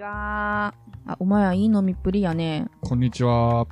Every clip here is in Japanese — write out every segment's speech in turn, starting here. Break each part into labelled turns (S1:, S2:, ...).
S1: は。あ、お前はいい飲みっぷりやね。
S2: こんにちは。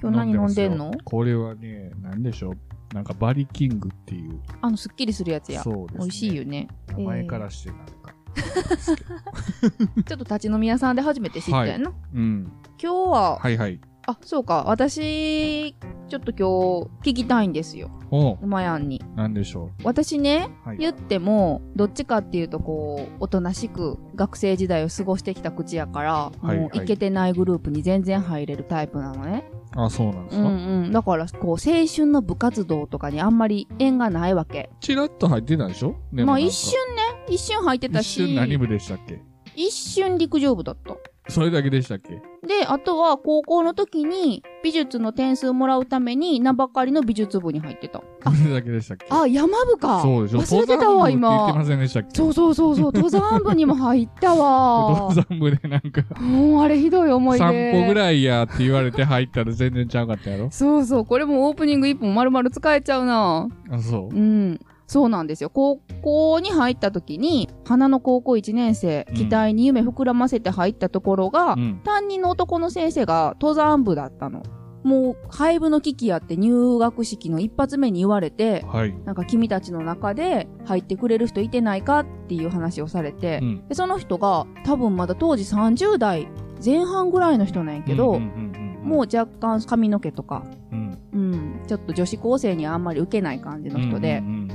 S1: 今日何飲んでんの
S2: ますよこれはね、なんでしょう。なんかバリキングっていう。
S1: あの、すっきりするやつや。
S2: そうです、ね。
S1: 美味しいよね。
S2: 名前からしてなんか。
S1: ちょっと立ち飲み屋さんで初めて知ったやな。
S2: うん。
S1: 今日は、
S2: はいはい。
S1: あ、そうか。私、ちょっと今日聞きたいんですよ。
S2: おう
S1: おまやんに。
S2: なんでしょ
S1: 私ね、
S2: う。はい。
S1: 言っても、どっちかっていうとこう、おとなしく学生時代を過ごしてきた口やから、
S2: はい
S1: もう
S2: はい
S1: いけてないグループに全然入れるタイプなのね。
S2: あ、そうなんです
S1: う
S2: か。
S1: んうん。だから、こう、青春の部活動とかにあんまり縁がないわけ。
S2: チラッと入ってたでしょでも
S1: まあ
S2: なんか
S1: 一瞬ね、一瞬入ってた
S2: 一
S1: し、
S2: 瞬何部でしたっけ
S1: 一瞬陸上部だった。
S2: それだけでしたっけ
S1: で、あとは高校の時に美術の点数もらうために名ばかりの美術部に入ってた。
S2: それだけでしたっけ
S1: あ、山部か。
S2: そうでしょ
S1: 忘れてたわ、
S2: 登山部って言ってま
S1: 今。
S2: せんでしたっけ
S1: そうそうそうそう、登山部にも入ったわ
S2: 登。山部でなんか、
S1: もうあれひどい思い出。
S2: 散歩ぐらいやって言われて入ったら全然ちゃうかったやろ
S1: そうそう、これもオープニング1本丸々使えちゃうな。
S2: あ、そう
S1: う。ん。そうなんですよ。高校に入った時に、花の高校1年生、
S2: うん
S1: 期待に夢膨らませて入ったところが、
S2: うん。
S1: 担任の男の先生が登山部だったの。もう、廃部の危機やって入学式の一発目に言われて、
S2: はい。
S1: なんか君たちの中で入ってくれる人いてないかっていう話をされて、
S2: うん。
S1: でその人が多分まだ当時30代前半ぐらいの人なんやけど、
S2: うんうんうんうん
S1: もう若干髪の毛とか、
S2: うん、
S1: うん、ちょっと女子高生にはあんまり受けない感じの人で
S2: う、ん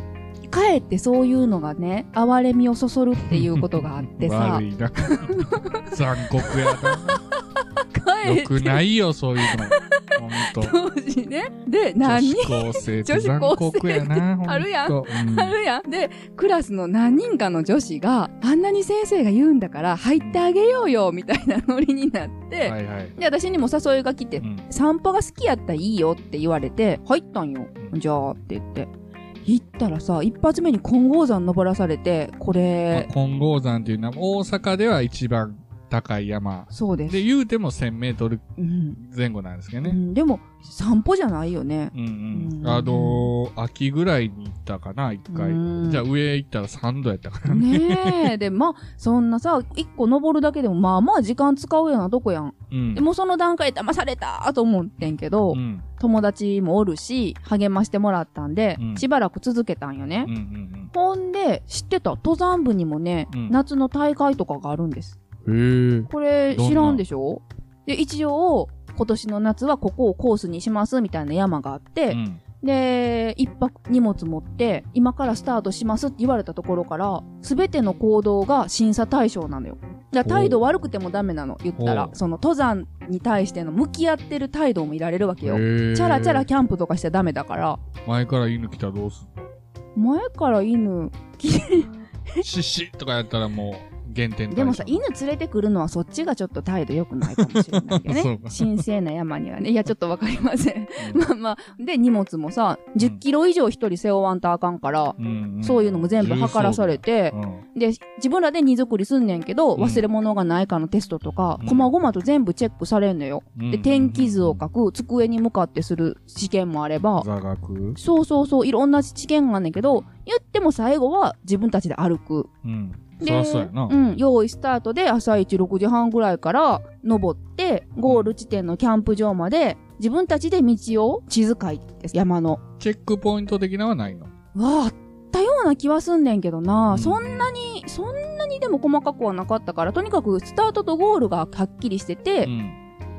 S1: かえってそういうのがね、哀れみをそそるっていうことがあってさ
S2: 悪、いな残酷や
S1: か
S2: な
S1: え
S2: よ
S1: っ
S2: く
S1: て
S2: ないよそ ういうのほんと
S1: 当時ね、で、
S2: 女
S1: 何
S2: 子高生って残酷やなほんと
S1: あるやん
S2: うん
S1: あるやん。で、クラスの何人かの女子があんなに先生が言うんだから入ってあげようよ、みたいなノリになって、
S2: はいはい、
S1: で、私にも誘いが来て、
S2: うん
S1: 散歩が好きやったらいいよって言われて、入ったんよ。
S2: うん
S1: じゃあって言って。行ったらさ、一発目に金剛山登らされて、こ
S2: まあ
S1: れ、
S2: 金剛山っていうのは大阪では一番高い山
S1: そうです。
S2: で言うても1000メートル
S1: うん
S2: 前後なんですけど
S1: う
S2: ね、
S1: んでも、散歩じゃないよね。
S2: うんうん
S1: うん
S2: あのー秋ぐらいに行ったかな一回、
S1: うん
S2: じゃあ上行ったら3度やったから
S1: ねえ。で、まあ、そんなさ、一個登るだけでも、まあまあ時間使うようなとこやん。
S2: うん
S1: でもうその段階で騙されたと思ってんけど、
S2: うん
S1: 友達もおるし、励ましてもらったんで、
S2: うん
S1: しばらく続けたんよね。
S2: うんうん
S1: ほんで、知ってた登山部にもね、
S2: うん
S1: 夏の大会とかがあるんです。
S2: うんへえ
S1: これ、
S2: どんな
S1: 知らんでしょで、一応、今年の夏はここをコースにしますみたいな山があって、
S2: うん
S1: で、一泊荷物持って、今からスタートしますって言われたところから、すべての行動が審査対象なのよ。だから態度悪くてもダメなの、言ったら
S2: ほ。う
S1: その登山に対しての向き合ってる態度もいられるわけよ。
S2: へえ
S1: チャラチャラキャンプとかしちゃダメだから、
S2: 前から犬来たらどうす
S1: 前から犬、
S2: るシッシッとかやったらもう減点対象
S1: でもさ、犬連れてくるのはそっちがちょっと態度良くないかもしれないよ
S2: そう
S1: ね。
S2: か
S1: 神聖な山にはね。いや、ちょっとわかりません。
S2: うん
S1: まあまあ、で、荷物もさ、10キロ以上一人背負わんとあかんから、
S2: うんん
S1: そういうのも全部測らされて
S2: 重、装備うん
S1: で、自分らで荷造りすんねんけど、
S2: うん
S1: 忘れ物がないかのテストとか
S2: う、ん
S1: こまごまと全部チェックされんのよ。
S2: うん
S1: で、天気図を書く、机に向かってする試験もあれば、
S2: 座学
S1: そうそうそう、いろんな試験があんねんけど、言っても最後は自分たちで歩く。
S2: うんそ
S1: で
S2: りゃそうやな
S1: うん、用意スタートで朝一6時半ぐらいから登って、ゴール地点のキャンプ場まで、自分たちで道を地図書いて、山の。
S2: チェックポイント的なはないの
S1: わあ、あったような気はすんねんけどな、
S2: うん
S1: そんなに、そんなにでも細かくはなかったから、とにかくスタートとゴールがはっきりしてて、
S2: うん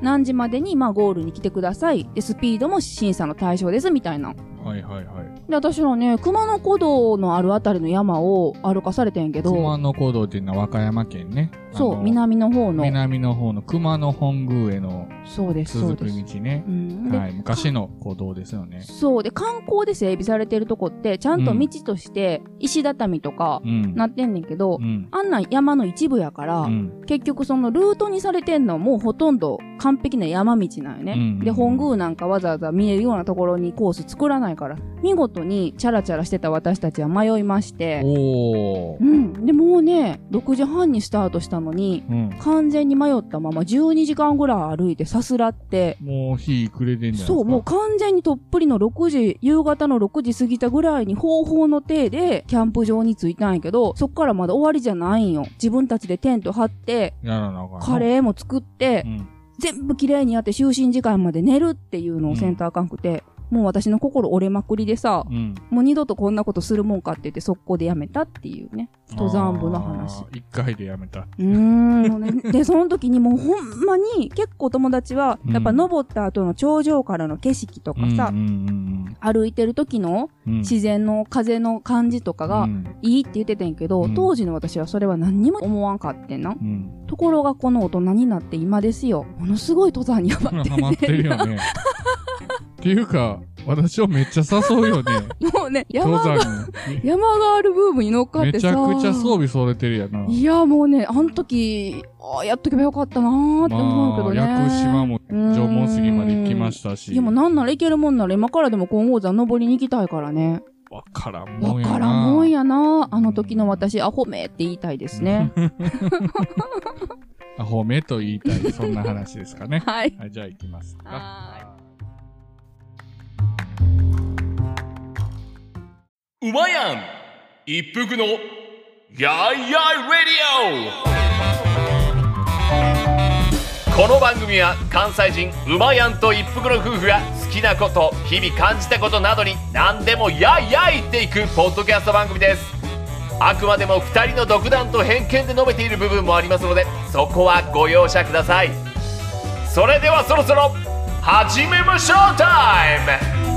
S1: 何時までにまあゴールに来てください。で、スピードも審査の対象です、みたいな。
S2: はいはいはい
S1: で、私らね、熊野古道のあるあたりの山を歩かされてんけど、
S2: 熊野古道っていうのは和歌山県ね
S1: そ
S2: あ
S1: う、
S2: の
S1: 南の方の。
S2: 南の方の熊野本宮への
S1: そうです、そう
S2: 続く
S1: です。
S2: 道ね
S1: うん、で、
S2: はい昔の古道ですよね
S1: そうで観光で整備されてるとこってちゃんと道として石畳とか
S2: うん
S1: なってんねんけど、
S2: うん
S1: あんなん山の一部やから、
S2: うん
S1: 結局そのルートにされてんのはもうほとんど完璧な山道なんよね。
S2: うん
S1: で本宮なんかわざわざ見えるようなところにコース作らないないから見事にチャラチャラしてた私たちは迷いまして
S2: おお
S1: う。んでもうね6時半にスタートしたのに
S2: うん。
S1: 完全に迷ったまま12時間ぐらい歩いてさすらって
S2: もう日暮れてんじゃないですか。
S1: そうもう完全にとっぷりの6時夕方の6時過ぎたぐらいに方法の手でキャンプ場に着いたんやけどそっからまだ終わりじゃないんよ自分たちでテント張って
S2: やらなあかんな。
S1: カレーも作って
S2: うん。
S1: 全部綺麗にやって就寝時間まで寝るっていうのをセンターあかんくて、もう私の心折れまくりでさ
S2: うん。
S1: もう二度とこんなことするもんかって言って速攻でやめたっていうね登山部の話
S2: あー。一回でやめた。
S1: うーんもうねでその時にもうほんまに結構友達はやっぱ登った後の頂上からの景色とかさ、
S2: うんうん
S1: 歩いてる時の
S2: うんうん。
S1: 自然の風の感じとか
S2: う
S1: が
S2: ん
S1: いいって言ってたんやけど、
S2: うん
S1: 当時の私はそれは何にも思わんかってんな。
S2: うん。
S1: ところがこの大人になって今ですよ。ものすごい登山にハマって
S2: ハマってるよね。っていうか、私をめっちゃ誘う よね。
S1: もうね、
S2: 登
S1: 山が、
S2: 山に。
S1: 山があるブームに乗っかっ
S2: め
S1: て
S2: ち
S1: さ。
S2: ゃくちゃ装備揃えてるやな。
S1: いや、もうね、あの時、ああ、やっとけばよかったなーって思うけどね。
S2: まあ、屋久島も縄文杉まで行きましたし。
S1: でもなんなら行けるもんなら今からでも金剛山登りに行きたいからね。
S2: わからんも
S1: わ
S2: んやな。
S1: からんもんやな。あの時の私、アホめって言いたいです ね。
S2: アホめと言いたい、そんな話ですかね。
S1: はい。
S2: はい、じゃあ行きますか。
S1: は
S3: 馬やん一服のやいやいレディオこの番組は関西人馬やんと一服の夫婦が好きなこと日々感じたことなどに何でもやいやい言っていくポッドキャスト番組ですあくまでも2人の独断と偏見で述べている部分もありますのでそこはご容赦くださいそれではそろそろ始めましょうタイム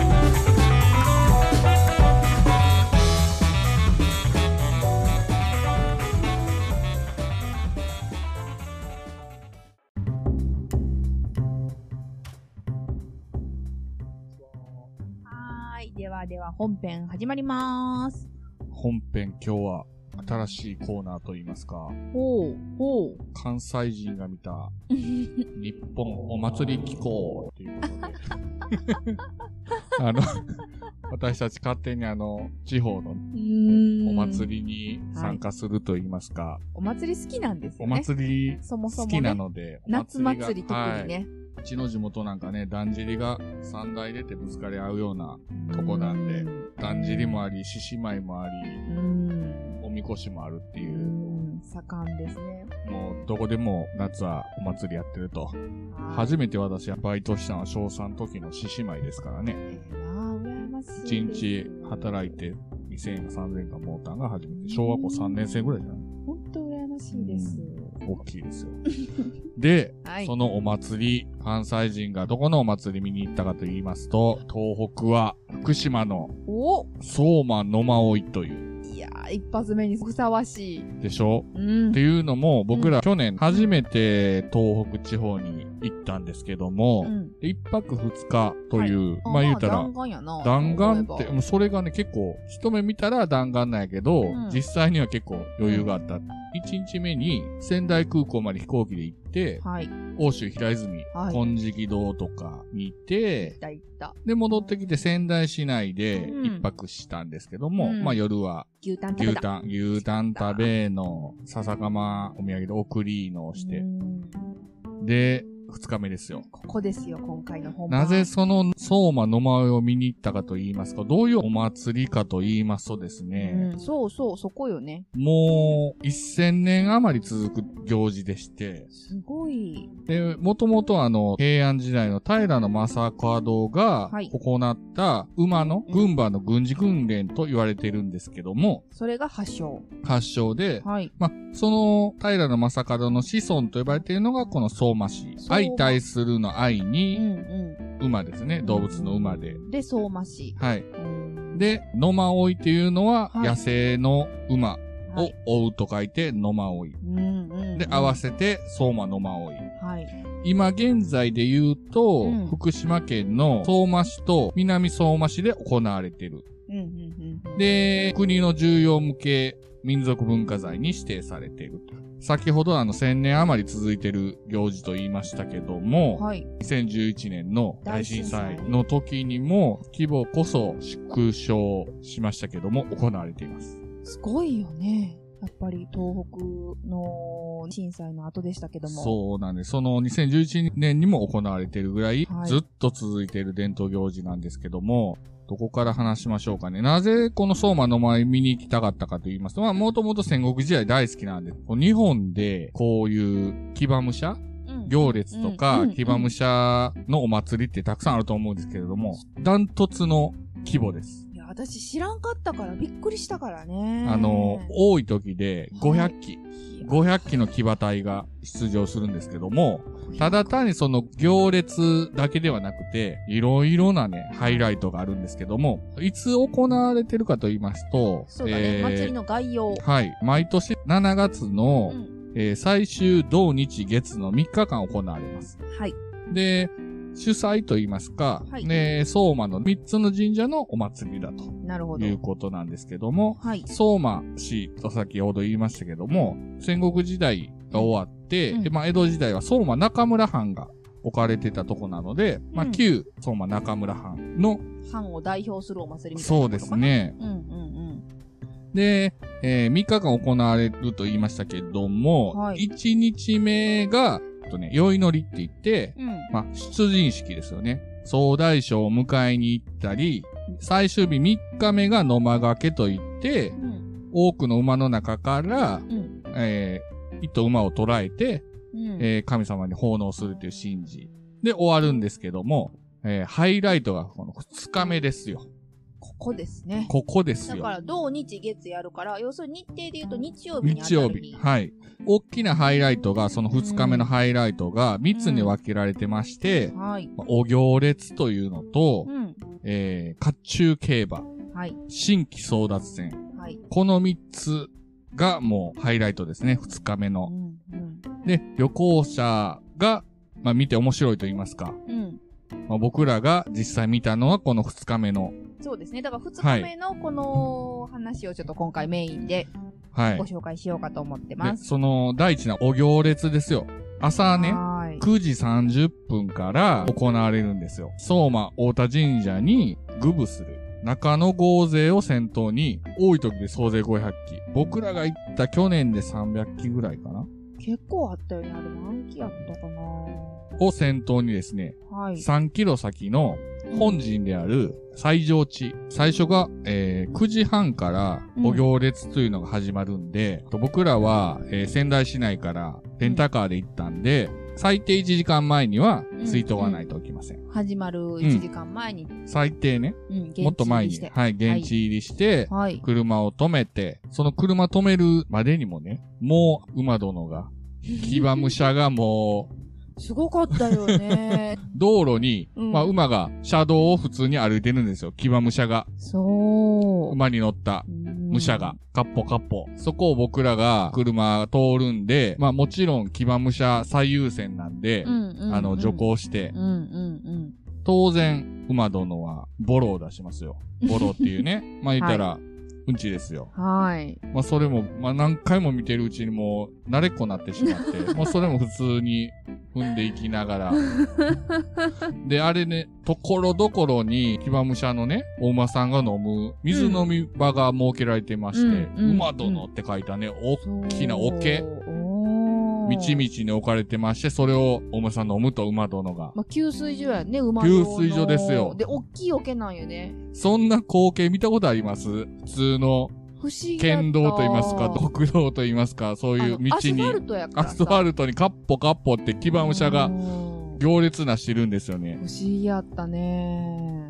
S4: はーい。ではでは本編始まりまーす。
S2: 本編今日は新しいコーナーといいますか、
S4: ほう、ほう。
S2: 関西人が見た日本お祭り機構ということで。 あの、私たち勝手にあの、地方の
S4: うーん。
S2: お祭りに参加するといいますか、
S4: お祭り好きなんです
S2: お
S4: よね。
S2: 祭り
S4: そもそも、
S2: 好
S4: ね。
S2: きなので、お
S4: 夏
S2: が
S4: 祭り特にね。
S2: うちの地元なんかね、だんじりが三台出てぶつかり合うようなとこなんで、だんじりもあり、獅子舞もあり、
S4: うーん。
S2: おみこしもあるっていうう、
S4: ーん。盛んですね。
S2: もうどこでも夏はお祭りやってると。
S4: は
S2: 初めて私がバイトしたのは小3時の獅子舞ですからね。
S4: めて。あー、羨ましい。
S2: 1日。働いて2000円か3000円かモーターが初めて、小学校3年生ぐらいじゃない
S4: ほんと羨ましいです。
S2: 大きい ですよ。で、
S4: はい
S2: そのお祭り、関西人がどこのお祭り見に行ったかと言いますと、東北は福島の
S4: お
S2: 相馬野馬追という、
S4: いやー、一発目にふさわしい。
S2: でしょ
S4: うん
S2: って。いうのも、僕ら去年初めて東北地方に行ったんですけども、
S4: うん
S2: 一泊二日という、まあ言うたら
S4: 弾、丸やな。
S2: 弾丸っ
S4: そうい
S2: て、
S4: えば
S2: もうそれがね、結構、一目見たら弾丸なんやけど、
S4: ん
S2: 実際には結構余裕があった。一日目に仙台空港まで飛行機で行って、
S4: はい。
S2: 欧州平泉、
S4: はい
S2: 金色堂とか見
S4: い
S2: て、
S4: たいた。
S2: で、戻ってきて仙台市内で
S4: うん
S2: 一泊したんですけども、
S4: うん
S2: まあ夜は
S4: 牛タン食べ
S2: 牛
S4: た。
S2: タン、牛タン食べの、笹かまお土産で送りのをして、
S4: うん
S2: で、二日目ですよ。
S4: ここですよ、今回の本番。
S2: なぜその相馬野馬追を見に行ったかと言いますか、どういうお祭りかと言いますとですね、
S4: うん、そうそう、そこよね。
S2: もう1000年余り続く行事でして、
S4: すごい。
S2: で、もともとあの、平安時代の平将門が
S4: はい
S2: 行った馬の
S4: うん
S2: 軍馬の軍事訓練と言われてるんですけども、
S4: それが発祥。
S2: 発祥で、
S4: はい。
S2: まあ、その平将門の子孫と呼ばれているのがこの相馬市。
S4: 相馬
S2: 相対するの愛
S4: うん
S2: に
S4: う
S2: 馬ですね、動物の馬で。
S4: ん。で、相馬市。
S2: はい。
S4: うん
S2: で、野馬追いというのは
S4: はい
S2: 野生の馬
S4: は
S2: を
S4: い。
S2: 追うと書いて野馬追い。
S4: うんうんうん。
S2: で、合わせて相馬野馬追い。
S4: はい。
S2: 今現在で言うと、
S4: うん
S2: 福島県の相馬市と南相馬市で行われている。
S4: うんうんうん。
S2: で、国の重要無形民族文化財に指定されていると。先ほどあの1000年余り続いている行事と言いましたけども、
S4: はい。
S2: 2011年の大震
S4: 大
S2: 災
S4: 震災
S2: の時にも規模こそ縮小しましたけども行われています。
S4: すごいよね。やっぱり東北の震災の後でしたけども。
S2: そうなんです。その2011年にも行われているぐらい
S4: はい
S2: ずっと続いている伝統行事なんですけども、どこから話しましょうかね。なぜこの相馬の前見に行きたかったかと言いますと、まあもともと戦国時代大好きなんで、こう日本でこういう騎馬武者
S4: うん
S2: 行列と
S4: うんう
S2: か
S4: んうん
S2: 騎馬武者のお祭りってたくさんあると思うんですけれども、ダントツの規模です。
S4: いや、私知らんかったから、びっくりしたからね。
S2: あの、多い時で500機、
S4: いや
S2: 500機の騎馬隊が出場するんですけども、ただ単にその行列だけではなくて、いろいろなね、ハイライトがあるんですけども、いつ行われてるかと言いますと、
S4: そうだね、
S2: えー
S4: 祭りの概要。
S2: はい、毎年7月の、
S4: うん
S2: えー最終土日月の3日間行われます。
S4: はい。
S2: で、主催と言いますか、
S4: はい
S2: ね、相馬の3つの神社のお祭りだと
S4: なるほど
S2: い。うことなんですけども、
S4: はい。
S2: 相馬市と先ほど言いましたけども、戦国時代が終わって、
S4: うん
S2: でまあ、江戸時代は相馬中村藩が置かれてたとこなので、まあ、
S4: うん
S2: 旧相馬中村藩の、
S4: 藩を代表するお祭りみたいな
S2: そう
S4: こ
S2: で
S4: と
S2: す
S4: かな。
S2: ね。
S4: うんうん
S2: で、え3日間行われると言いましたけども、
S4: はい
S2: 1日目が、えっとね、宵祈りって言って、
S4: うん。うん。
S2: まあ、出陣式ですよね。総大将を迎えに行ったり、最終日3日目が野間掛けと言って、
S4: うん。
S2: 多くの馬の中から、
S4: うん
S2: えー一頭馬を捕らえて、
S4: うん。
S2: えー神様に奉納するという神事で終わるんですけども、えーハイライトがこの2日目ですよ。
S4: ここですね。
S2: ここです
S4: だ
S2: よ
S4: か。ら、土日月やるから、要するに日程で言うと日曜日に当
S2: 日
S4: た
S2: 曜
S4: る
S2: 日。はい。大きなハイライトが、その2日目のハイライトが3つに分けられてまして、
S4: はい。
S2: まあお行列というのと
S4: う、ん。
S2: えー、甲冑競馬、
S4: はい。
S2: 新規争奪戦。
S4: はい。
S2: この3つがもうハイライトですね。2日目
S4: う
S2: の。
S4: ん。うん。
S2: で、旅行者が、まあ、見て面白いと言いますか、
S4: うん。
S2: まあ、僕らが実際見たのはこの2日目の、
S4: そうですね。だから、二日目のこの話をちょっと今回メインで
S2: はい。
S4: ご
S2: で
S4: 紹介しようかと思ってます。
S2: その第一なお行列ですよ。朝ね、
S4: はい。
S2: 9時30分から行われるんですよ。相馬大田神社に具舞する。中野豪勢を先頭に、多い時で総勢500機。僕らが行った去年で300機ぐらいかな
S4: 結構あったよね。あれ何期やったかな
S2: を先頭にですね、
S4: はい。
S2: 3キロ先の本陣である最上地。最初が、えー9時半からお行列というのが始まるんで、僕らは、えー仙台市内からレンタカーで行ったんで、最低1時間前には着いとかないといけません。
S4: 始まる1時間前に、
S2: 最低ね。
S4: うん、現地
S2: もっと前
S4: 入り
S2: に
S4: し。て
S2: はい、現地入りして、
S4: はい。
S2: 車を止めて、その車止めるまでにもね、もう馬殿 が、騎馬武者がもう、
S4: すごかったよね。
S2: 道路に、
S4: うん
S2: まあ馬が車道を普通に歩いてるんですよ。騎馬武者が。
S4: そう。
S2: 馬に乗った
S4: 武
S2: 武者が、。カッポカッポ。そこを僕らが車通るんで、まあもちろん騎馬武者最優先なんで、
S4: うんうん、
S2: あの、徐。行して
S4: う、んうん
S2: 当然、馬殿はボロを出しますよ。ボロっていうね。 まあ言ったら、うんちですよ。
S4: うん。はい。
S2: まあそれも、まあ何回も見てるうちにもう慣れっこなってしま って、もうそれも普通に踏んでいきながら。で、あれね、ところどころに騎馬武者のね、お馬さんが飲む水飲み場が設けられてまして、
S4: うんうん
S2: 馬殿って書いたね、お
S4: 大
S2: きな桶
S4: お
S2: 道々
S4: み。
S2: に置かれてまして、それをお馬さん飲むと馬殿が。
S4: まあ、給水所やね、馬
S2: 給
S4: の
S2: 水所ですよ
S4: で、大きい桶なんよね。
S2: そんな光景見たことあります普通の
S4: 不思議だった。
S2: 県道と言いますか、国道と言いますか、そういう
S4: あのア
S2: 道
S4: スファ
S2: に
S4: ル。トやから
S2: ア
S4: さ。
S2: スファルトにカッポカッポって騎馬武者が
S4: うん不
S2: 行列なしてるんですよね。
S4: 思議やったね。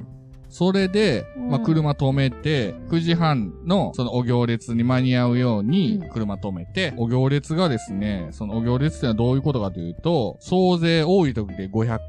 S2: それで、
S4: うん
S2: まあ、車止めて、9時半のそのお行列に間に合うように
S4: うん
S2: 車止めて、お行列がですね、そのお行列ってのはどういうことかというと、総勢多い時で500機。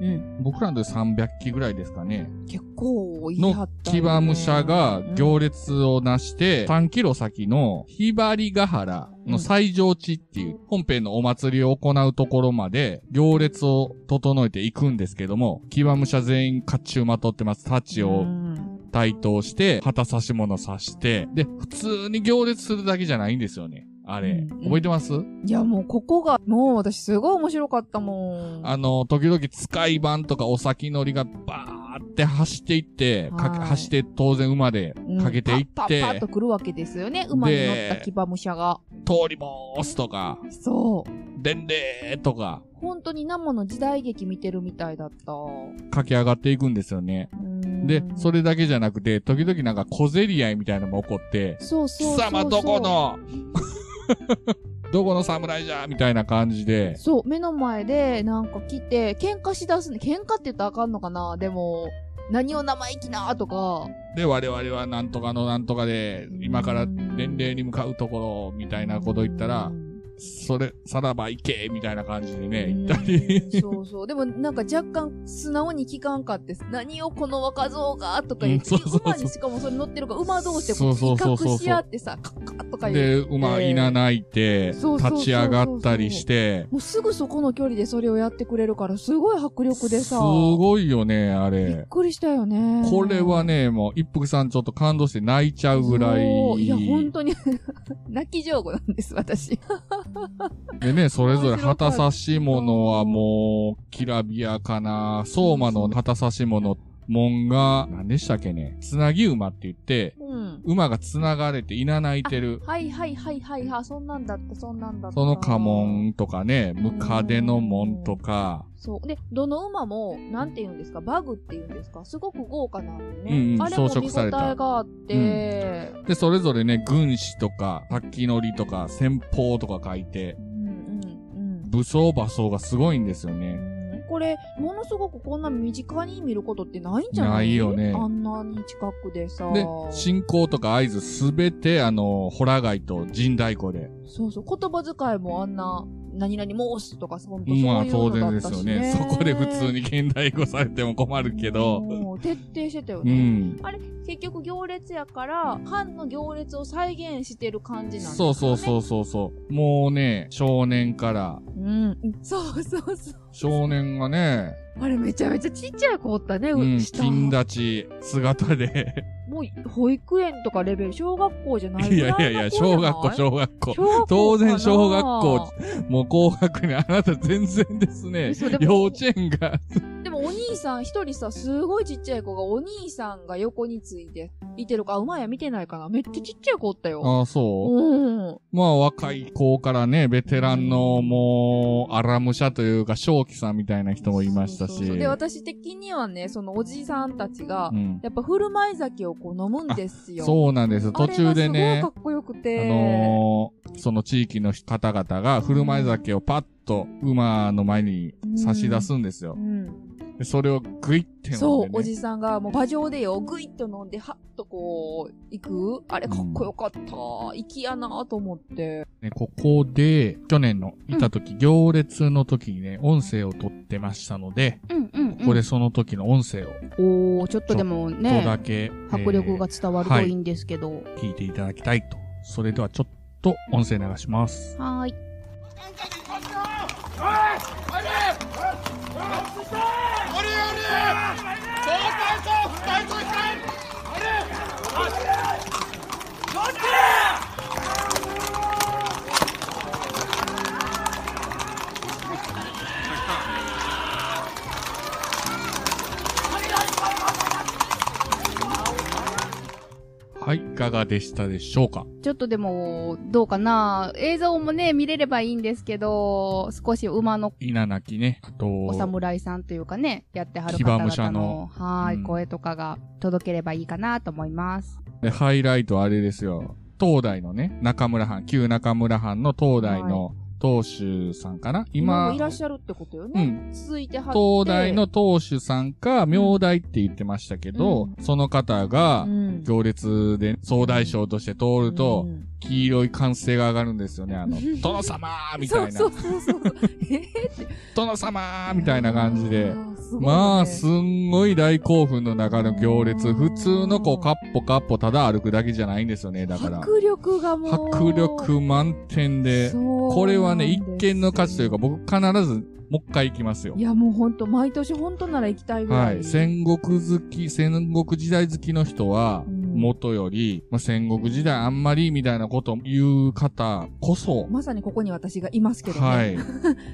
S4: うん。
S2: 僕らの時300機ぐらいですかね。
S4: 結構いいは
S2: の
S4: ったよ
S2: 騎
S4: ね
S2: 馬武者が行列をなして、3キロ先のひばりヶ原の最上地っていう本編のお祭りを行うところまで行列を整えていくんですけども、騎馬武者全員甲冑まとってます。太刀
S4: う
S2: を
S4: ん
S2: 対等して、旗差し物差して、で、普通に行列するだけじゃないんですよね。あれ、
S4: うん
S2: 覚えてます
S4: いや、もうここが、もう私すごい面白かったもん。
S2: あの、時々使い版とかお先乗りがバーって走っていって、かけ
S4: はい
S2: 走って当然馬で
S4: うん
S2: かけていっ
S4: パッパッパッ
S2: て
S4: と、来るわけですよね。馬に乗った騎馬武者が。
S2: 通りボースとか、
S4: そう。
S2: でんでーとか、
S4: 本当に生の時代劇見てるみたいだった。
S2: 駆け上がっていくんですよね。で、そ
S4: れ、
S2: れだけじゃなくて、時々なんか小競り合いみたいなのも起こって、
S4: そう
S2: 貴
S4: そうそうそう。
S2: 様どこの どこの侍じゃみたいな感じで、
S4: そう、目の前でなんか来て、喧嘩しだすね。喧嘩って言ったらあかんのかなでも、何を生意気なとか。
S2: で、我々はなんとかのなんとかで、今から年齢に向かうところ、みたいなこと言ったら、それ、さらば行けみたいな感じでね、行ったり。
S4: うんそうそう。でもなんか若干素直に聞かんかって、何をこの若造がとか言って、
S2: うんそうそうそう
S4: 馬にしかもそれ乗ってるから、馬同士で
S2: そ
S4: こ
S2: う
S4: う
S2: そう
S4: 威
S2: そうそう
S4: 嚇し合ってさ、カッカッとか言う。
S2: で、馬いな泣いて、
S4: そうそうそうそう
S2: 立ち上がったりして、
S4: もうすぐそこの距離でそれをやってくれるから、すごい迫力ですさ。
S2: ごいよね、あ
S4: びっ
S2: れ。
S4: くりしたよね。
S2: これはね、もう、一服さんちょっと感動して泣いちゃうぐらい。
S4: そういや、本当に、 泣き上手なんです、私。
S2: でね、それぞれ
S4: 面白か
S2: 旗
S4: った
S2: 差し物はもう、きらびやかな、相馬の旗差し物、門が、何でしたっけね、つなぎ馬って言って、
S4: うん。
S2: 馬がつながれて、いな泣いてる。
S4: はいはいはいはいはい、そんなんだった、そんなんだった。
S2: その家。紋とかね、ムカデの門とか、
S4: そう。で、どの馬も、なんて言うんですか、バグって言うんですか、すごく豪華なんでね。
S2: うんうん
S4: あれも
S2: 装飾
S4: 見応
S2: され
S4: え
S2: た
S4: があって、
S2: で、それぞれね、軍師とか、さっきのりとか、先方とか書いて、
S4: うん、うん、
S2: 武装馬装がすごいんですよ
S4: う
S2: ね。
S4: ん。これ、ものすごくこんな身近に見ることってないんじゃない
S2: ないよね
S4: あんなに近くでさ。
S2: で、信仰とか合図すべて、あの、ホラガイと神太鼓で。
S4: そうそう。言葉遣いもあんな、何々申すとか、ほんとそういう
S2: まあ当
S4: のだ
S2: 然
S4: っ
S2: で
S4: た
S2: す
S4: し、
S2: よ
S4: ね。
S2: ね。そこで普通に現代語されても困るけど。
S4: もう。徹底してたよ
S2: う
S4: ね。
S2: ん。
S4: あれ、結局行列やから、藩の行列を再現してる感じなんですよ
S2: そ
S4: ね。
S2: うそうそうそうそう。もうね、少年から、
S4: うん。そうそうそう。
S2: 少年がね、
S4: あれめちゃめちゃちっちゃい子おったね、
S2: うん、
S4: 下
S2: 金立ち、姿で、
S4: もう保育園とかレベル、小学校じゃない
S2: いやいやいや、小学校、
S4: 学
S2: 小学校。
S4: 校。
S2: 当然小学
S4: か
S2: 校、もう高学年、あなた全然です
S4: な。
S2: ね。
S4: 嘘で
S2: 幼
S4: も
S2: 稚園が、
S4: でもお兄さん一人さ、すごいちっちゃい子が、お兄さんが横について、いてるか、あ馬や見てないかな。めっちゃちっちゃい子おったよ。
S2: ああ、そう、
S4: うん。
S2: まあ、若い子からね、ベテランの、もう、アラム社というか、正気さんみたいな人もいました
S4: そうそう
S2: し。
S4: そうで、私的にはね、そのおじさんたちが
S2: う、ん。
S4: やっぱ振る舞い酒をこう飲むんですよ。
S2: そうなんです。
S4: あ
S2: 途
S4: れが
S2: 中でね
S4: すご、いかっこよく
S2: あ
S4: て。
S2: のーその地域の方々が振る舞い酒をパッと馬の前に差し出すんですよ
S4: う。ん。
S2: でそれをグイって飲んで、ね。
S4: そう、おじさんがもう馬上でよ、ぐいっと飲んで、はっとこう、行く。あれかっこよかった。粋やなと思って。
S2: ね、ここで、去年の、いた時、行列の時にね、音声を撮ってましたので、
S1: うんうん、
S2: ここでその時の音声を、
S1: おー、ちょっとでも
S2: ちょっと
S1: ね
S2: だ、け、
S1: 迫力が伝わるといいんですけど。
S2: えー聞いていただきたいと。それではちょっと音声流します。
S1: はーい。
S2: はい、いかがでしたでしょうか
S1: ちょっとでも、どうかな映像もね、見れればいいんですけど、少し馬の
S2: 稲垣ね、あと、
S1: お侍さんというかね、やってはる方
S2: 騎馬武者
S1: 々
S2: の
S1: の、はー
S2: うん
S1: い、声とかが届ければいいかなと思います。
S2: で、ハイライトはあれですよ。東大のね、中村藩、旧中村藩の東大の当主さんかな今、
S4: 今もいらっしゃるってことよ
S2: う
S4: ね。
S2: ん。
S4: 続いてはって。
S2: 東大の当主さんか、明大って言ってましたけど、その方が
S4: う、ん、
S2: 行列で総大将として通ると
S4: う、ん
S2: 黄色い歓声が上がるんですよね。あの、殿様ーみたいな
S4: そ、うそうそうそう。えーって。
S2: 殿様ーみたいな感じで
S4: あ。ー。すごいね
S2: まあ、すんごい大興奮の中の行列。普通のこう、カッポカッポただ歩くだけじゃないんですよね。だから。
S4: 迫力がもう。
S2: 迫力満点で、
S4: そう
S2: これははね、
S4: そうなん
S2: 一
S4: です
S2: 見の価値というか、僕必ずもう一回行きますよ
S4: い。や、もうほんと、毎年ほんとなら行きたいぐら。
S2: はいい。戦国好き、戦国時代好きの人は、
S4: うん
S2: 元より、まあ、戦国時代あんまりみたいなことを言う方こそ、
S4: まさにここに私がいますけどね。
S2: はい。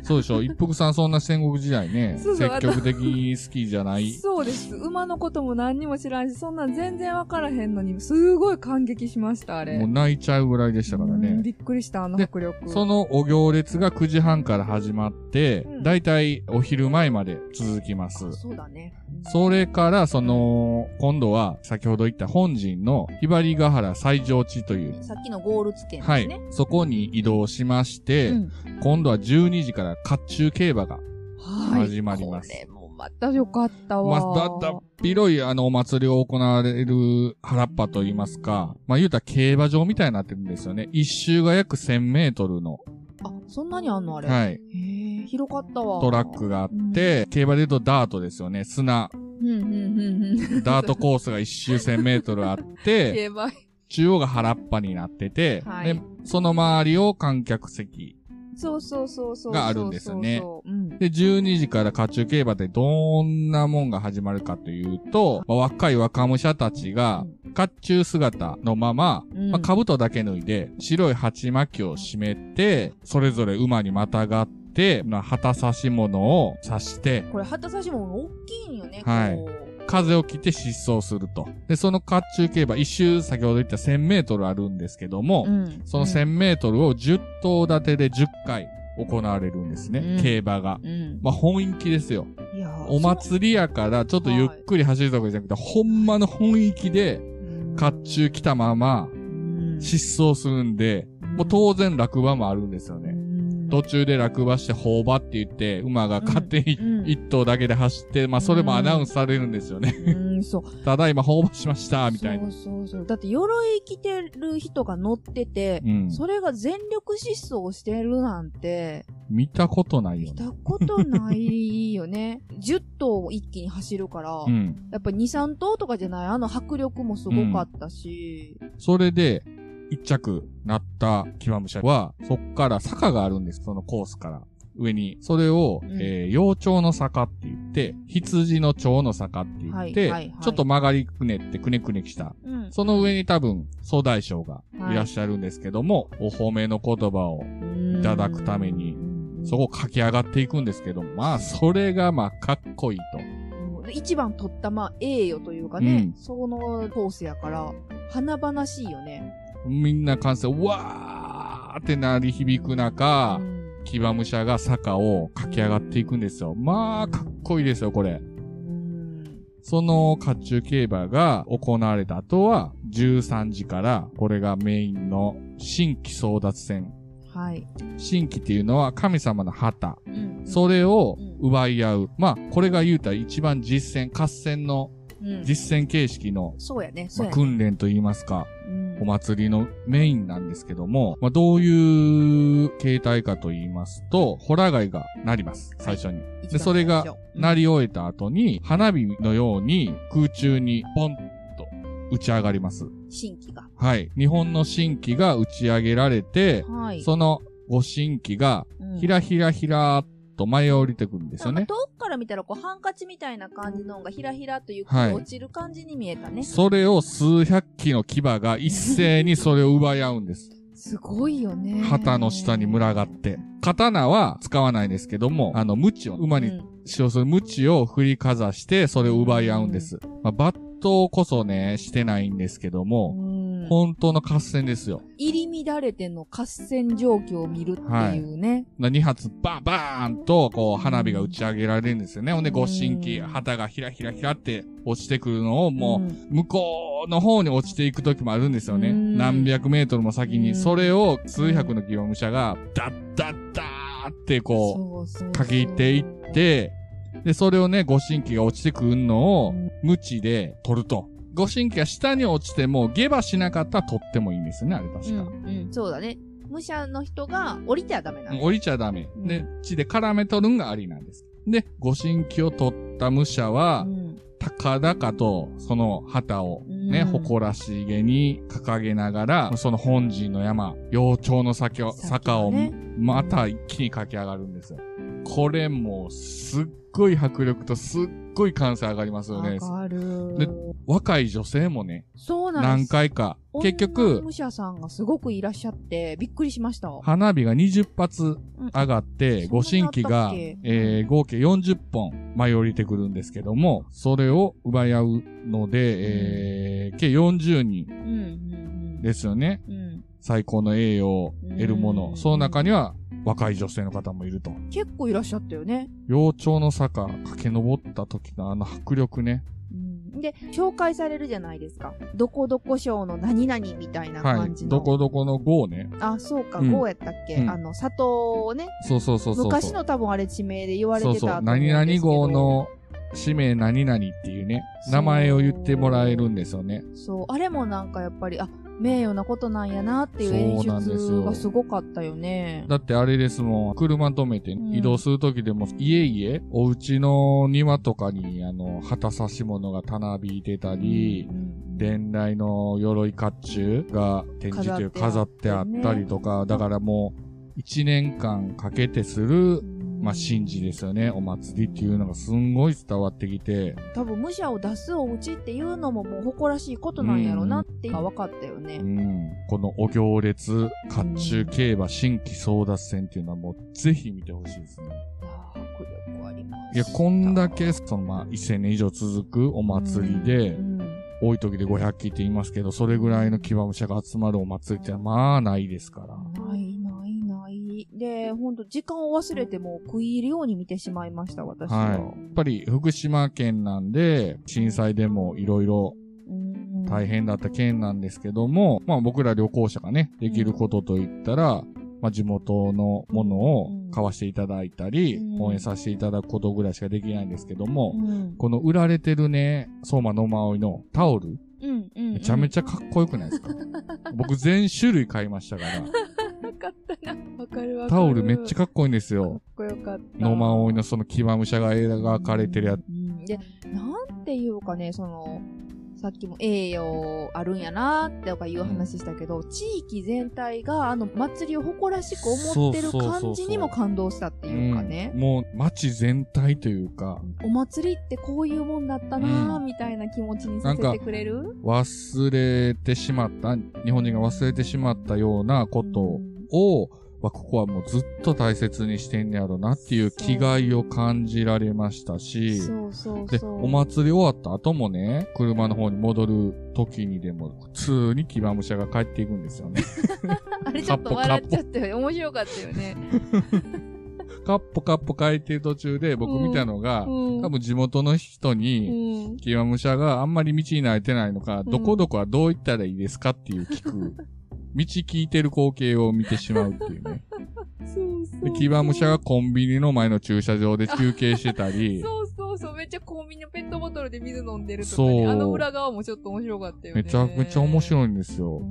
S2: そうでしょ。一服さんそんな戦国時代ね、
S4: そうそう
S2: 積極的に好きじゃない。
S4: そうです。馬のことも何にも知らんし、そんなん全然わからへんのに、すごい感激しました、あれ。
S2: もう泣いちゃうぐらいでしたから
S4: うん
S2: ね。
S4: びっくりした、あの
S2: で
S4: 迫力。
S2: そのお行列が9時半から始まって
S4: う、ん
S2: だいたいお昼前まで続きます。
S4: そうだね。
S2: それから、その、今度は、先ほど言った本陣のひばりヶ原最上地という、
S1: さっきのゴール地点です
S2: は
S1: ね。
S2: い、そこに移動しまして、
S4: うん
S2: 今度は12時から甲冑競馬が
S4: はい。
S2: 始まります。
S4: これもまた良かった
S2: ま
S4: わ。
S2: あ、だだ広いあのお祭りを行われる原っぱといいますか、まあ言うたら競馬場みたいになってるんですよね。一周が約1000メートルの、
S4: あ、そんなにあんのあれ。
S2: はい、
S4: へえ、広かったわ。
S2: トラックがあって、競馬で言うとダートですよね。砂、
S4: うんうんうん うん。
S2: ダートコースが一周1000メート ルあって、
S4: 競馬。
S2: 中央が原っぱになってて、
S4: はい
S2: でその周りを観客席。
S4: そうそうそうそう。
S2: があるんですよね
S4: そうそうそううん。
S2: で、12時から甲冑競馬でどんなもんが始まるかというと、まあ若い若武者たちが、甲冑姿のまま、
S4: うん
S2: まあ、兜だけ脱いで、白い鉢巻きを締めて、それぞれ馬にまたがって、まあ旗差し物を刺して、
S1: これ、旗差しも大きいんよね、
S2: はい
S1: こう。
S2: 風を切って疾走すると。で、その甲冑競馬、一周先ほど言った1000メートルあるんですけども、
S4: うん
S2: その1000メートルを10頭立てで10回行われるんですね、
S4: うん
S2: 競馬が。
S4: うん。
S2: まあ、本気ですよ。
S4: いや
S2: お祭りやから、ちょっとゆっくり走るとかじゃなくて、ほんまの本気で、甲冑着たまま、疾走するんで、もう当然落馬もあるんですよね。途中で落馬して、頬張って言って、馬が勝手に
S4: うん
S2: 一頭だけで走って、まあ、それもアナウンスされるんですよね。
S4: うん、そう。
S2: ただいま頬張しました、みたい
S1: そ
S2: な。
S1: うそうそう。だって、鎧着てる人が乗ってて、
S2: うん。
S1: それが全力疾走してるなんて、
S2: 見たことないよ
S1: 見
S2: ね。
S1: たことないよ ね。10頭を一気に走るから、
S2: うん。
S1: やっぱ2、3頭とかじゃない、あの迫力もすごかったし、
S2: それで、一着なった騎馬武者は、そっから坂があるんです、そのコースから。上に。それを、
S1: ん
S2: えー、幼鳥の坂って言って、羊の蝶の坂って言って、
S1: はいはいはい
S2: ちょっと曲がりくねってくねくねきた。
S1: うん
S2: その上に多分、総大将がいらっしゃるんですけども、お褒めの言葉をいただくために、そこを駆け上がっていくんですけど、まあ、それがまあ、かっこいいと。
S1: うん一番取った、まあ、栄誉というかね、
S2: うん
S1: そのコースやから、華々しいよね。
S2: みんな歓声、うわーって鳴り響く中、
S1: うん
S2: 騎馬武者が坂を駆け上がっていくんですよ。まあ、かっこいいですよ、これ。
S1: うん
S2: その甲冑競馬が行われた後は、13時から、これがメインの新規争奪戦。
S1: はい。
S2: 新規っていうのは神様の旗。
S1: うん
S2: それを奪い合う。まあ、これが言うたら一番実戦、合戦の
S1: うん
S2: 実戦形式の、
S1: そうやね、そ
S2: ま
S1: う
S2: あ
S1: やね。
S2: 訓練と言いますか、
S1: うん
S2: お祭りのメインなんですけども、まあ、どういう形態かと言いますと、ホラ貝が鳴ります、最初に。
S1: 一番
S2: で、それが
S1: 最初うん
S2: 鳴り終えた後に、花火のように空中にポンと打ち上がります。
S1: 新規が。
S2: はい。日本の新規が打ち上げられて、
S1: はい。
S2: そのご新規が
S1: うん
S2: ひらひらひらーっと舞い降りてくるんですよ
S1: なん
S2: ね
S1: か。遠くから見たらこうハンカチみたいな感じのがひらひらという
S2: はい
S1: か落ちる感じに見えたね。
S2: それを数百機の牙が一斉にそれを奪い合うんです。
S4: すごいよね。
S2: 旗の下に群がって。刀は使わないですけども、あの、無知を、馬に使用する無知を振りかざして、それを奪い合うんです。まあ、抜刀こそね、してないんですけど
S1: う
S2: も、
S1: ん。
S2: 本当の合戦ですよ。
S1: 入り乱れての合戦状況を見るっていうね。
S2: 2発バンバーンと、こう、花火が打ち上げられるんですよね。ほんで、ご神器、
S1: うん
S2: 旗がひらひらひらって落ちてくるのを、も
S1: うん
S2: う、向こうの方に落ちていく時もあるんですよね。
S1: うん
S2: 何百メートルも先
S1: う
S2: に。
S1: ん
S2: それを、数百の騎馬武者が、ダッダッダーって、こう、
S1: そうそう
S2: かけていって、で、それをね、ご神器が落ちてくんのを、無知で取ると。ご神器が下に落ちても、下馬しなかったら取ってもいいんですよね、あれ確か。
S1: うんうんそうだね。武者の人が降りてはダメなの。
S2: 降りちゃダメ。
S1: う
S2: で、血で絡めとるんがありなんです。で、ご神器を取った武者は、
S1: うん
S2: 高々と、その旗を
S1: うん
S2: ね、誇らしげに掲げながら、その本陣の山、洋鳥の先を坂を、
S4: 先をね
S2: また一気に駆け上がるんですよ。これもすっごい迫力とすっごい感性上がりますよね
S4: 上。がる。
S2: で若い女性もね、
S4: そうなんで
S2: 何
S4: す。
S2: 回か。結局、
S4: 武者さんがすごくいらっしゃって、びっくりしました。
S2: 花火が20発上がっ
S4: う
S2: て、
S4: ん
S2: ご新規が
S4: そんなだったっ、け
S2: えー合計40本舞い降りてくるんですけども、それを奪い合うので、えー計40
S4: う
S2: 人
S4: んうん
S2: ですよね。
S4: うんうん
S2: 最高の栄養を得るも
S4: う
S2: の。
S4: ん
S2: その中には若い女性の方もいると。
S4: 結構いらっしゃったよね。
S2: 幼鳥の坂駆け上った時のあの迫力ね。
S4: うんで、紹介されるじゃないですか。どこどこ賞の何々みたいな
S2: は
S4: 感じ
S2: い。
S4: の。
S2: どこどこの号ね。
S4: あ、そうか、
S2: うん
S4: こうやったっけ、
S2: うん
S4: あの、佐藤をね、
S2: そうそうそうそうそう。
S4: 昔の多分あれ地名で言われて
S2: そ
S4: た
S2: うそう。
S4: と思うんです
S2: 何
S4: けど
S2: 々号。の氏名何々っていうね、名前を言ってもらえるんですよね。
S4: そう、あれもなんかやっぱり、あ、名誉なことなんやなっていう演
S2: そうなんです
S4: 出
S2: よ
S4: がすごかったよね。
S2: だってあれですもん、車止めて
S4: ん
S2: 移動するときでも、家々、お家の庭とかに、あの、旗差し物がたなびいてたり、伝来の鎧甲冑が展示という
S4: 飾
S2: 飾
S4: っ
S2: ってて
S4: あ
S2: あ
S4: って
S2: っ
S4: ね
S2: たりとか、だからもう、一年間かけてする、まあ、神事ですよね。お祭りっていうのがすんごい伝わってきて、
S4: 多分武者を出すお家っていうのももう誇らしいことなんやろなっていうのが分かったよね
S2: う。ん。このお行列、甲冑競馬、新規争奪戦っていうのはもう、ぜひ見てほしいですね。
S4: いやー迫力あります。
S2: いや、こんだけ、その、まあ、1000年以上続くお祭りで、
S4: うん、
S2: 多い時で500機って言いますけど、それぐらいの騎馬武者が集まるお祭りってのはまあないですから。
S4: ないないない。で、ほんと時間を忘れてもう食い入るように見てしまいました、私は。
S2: はい。やっぱり福島県なんで、震災でもいろいろ
S4: うん
S2: 大変だった県なんですけども、まあ僕ら旅行者がね、できることといったら、まあ地元のものを買わしていただいたり
S4: う、ん
S2: 応援させていただくことぐらいしかできないんですけど
S4: う
S2: も、
S4: ん。
S2: この売られてるね、相馬野馬追のタオル、
S4: うんうん。
S2: めちゃめちゃかっこよくない ですか僕全種類買いましたから、
S4: ゃかったな。わかるわかる。
S2: タオルめっちゃ
S4: かっ
S2: かっこいいんですよ。
S4: こよかった。
S2: 野馬追のその騎馬武者が描かれてるやつ。
S4: うんで、なんていうかね、その、さっきも栄養あるんやなーってかいう話したけど、地域全体があの祭りを誇らしく思ってる
S2: そうそうそうそう
S4: 感じにも感動したっていうかね
S2: う。んもう街全体というか、
S4: お祭りってこういうもんだったなー
S2: う
S4: みたいな気持ちにさせ
S2: なん
S4: て
S2: か
S4: くれる
S2: 忘れてしまった、日本人が忘れてしまったようなことを、まあここはもうずっと大切にしてんねやろなっていう気概を感じられましたし、
S4: そうそう
S2: で、
S4: そう。
S2: お祭り終わった後もね、車の方に戻る時にでも、普通に騎馬武者が帰っていくんですよね。
S4: あれちょっと笑っちゃったよね。面白かったよね。
S2: カッポカッポ帰ってる途中で僕見たのが、
S4: うん
S2: 多分地元の人に、
S4: うん
S2: 騎馬武者があんまり道に慣れてないのか、どこどこはどう行ったらいいですかっていう聞く。道聞いてる光景を見てしまうっていうね。
S4: そうそう
S2: で、騎馬武者がコンビニの前の駐車場で休憩してたり、
S5: そうそうそう、めっちゃコンビニのペットボトルで水飲んでるとか、ね、
S2: そう
S5: あの裏側もちょっと面白かったよね。
S2: めちゃくちゃ面
S5: い。
S2: 白いんですよ。
S5: う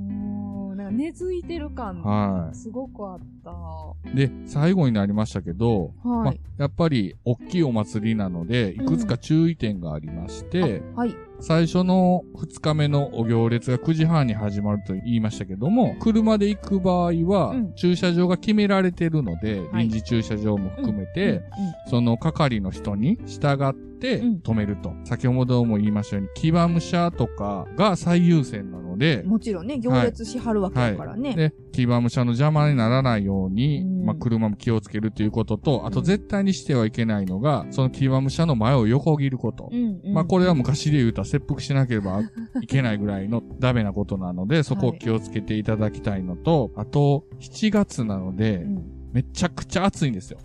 S5: ん、なんか根付いてる感、
S2: は
S5: すごくあった。
S2: い。で、最後になりましたけど、
S4: は
S2: ま
S4: い。、
S2: やっぱり、大きいお祭りなので、いくつか注意点がありまして、
S4: はい。
S2: 最初の2日目のお行列が9時半に始まると言いましたけども、車で行く場合は
S4: うん、
S2: 駐車場が決められてるので、
S4: はい
S2: 臨時駐車場も含めて、その係の人に従って
S4: うん
S2: 止めると。先ほども言いましたように、騎馬武者とかが最優先なので、
S4: もちろんね、行列しはるわけだからね。
S2: で、騎馬武者の邪魔にならないように、
S4: うん
S2: まあ、車も気をつけるということと、あと絶対にしてはいけないのが、その騎馬武者の前を横切ること。
S4: うんうん
S2: まあこれは昔で言うたら切腹しなければいけないぐらいのダメなことなので、そこを気をつけていただきたいのと、あと、7月なので
S4: う、ん
S2: めちゃくちゃ暑いんですよ。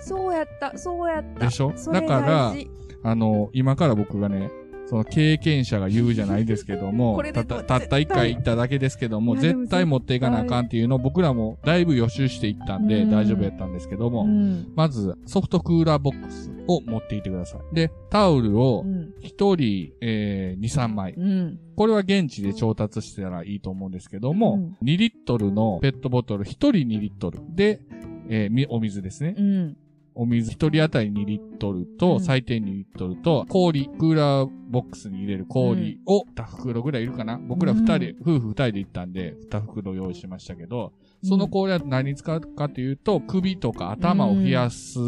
S4: そうやった、そうやった。
S2: でしょ
S4: それ
S2: だから
S4: 大事
S2: あの、今から僕がね、その経験者が言うじゃないですけども
S4: これ、で
S2: た
S4: も
S2: ったたった一回行っただけですけども、
S4: いやでも
S2: 絶対持っていかなあかんっていうのを僕らもだいぶ予習していったんで
S4: うん
S2: 大丈夫やったんですけど
S4: う
S2: も、
S4: ん。
S2: まずソフトクーラーボックスを持っていってください。で、タオルを
S4: うん。
S2: 一人、えー、2、3枚。
S4: うん。
S2: これは現地で調達したらいいと思うんですけども、2リットルのペットボトル、1人2リットルで、えーみお水ですね。
S4: うん。
S2: お水1人当たり2リットル
S4: う
S2: と、
S4: ん
S2: 最低2リットルと、氷、クーラーボックスに入れる氷を2袋ぐらいいるかな、僕ら2人、夫婦2人で行ったんで、2袋用意しましたけど、その氷は何に使うかというと、首とか頭を冷やす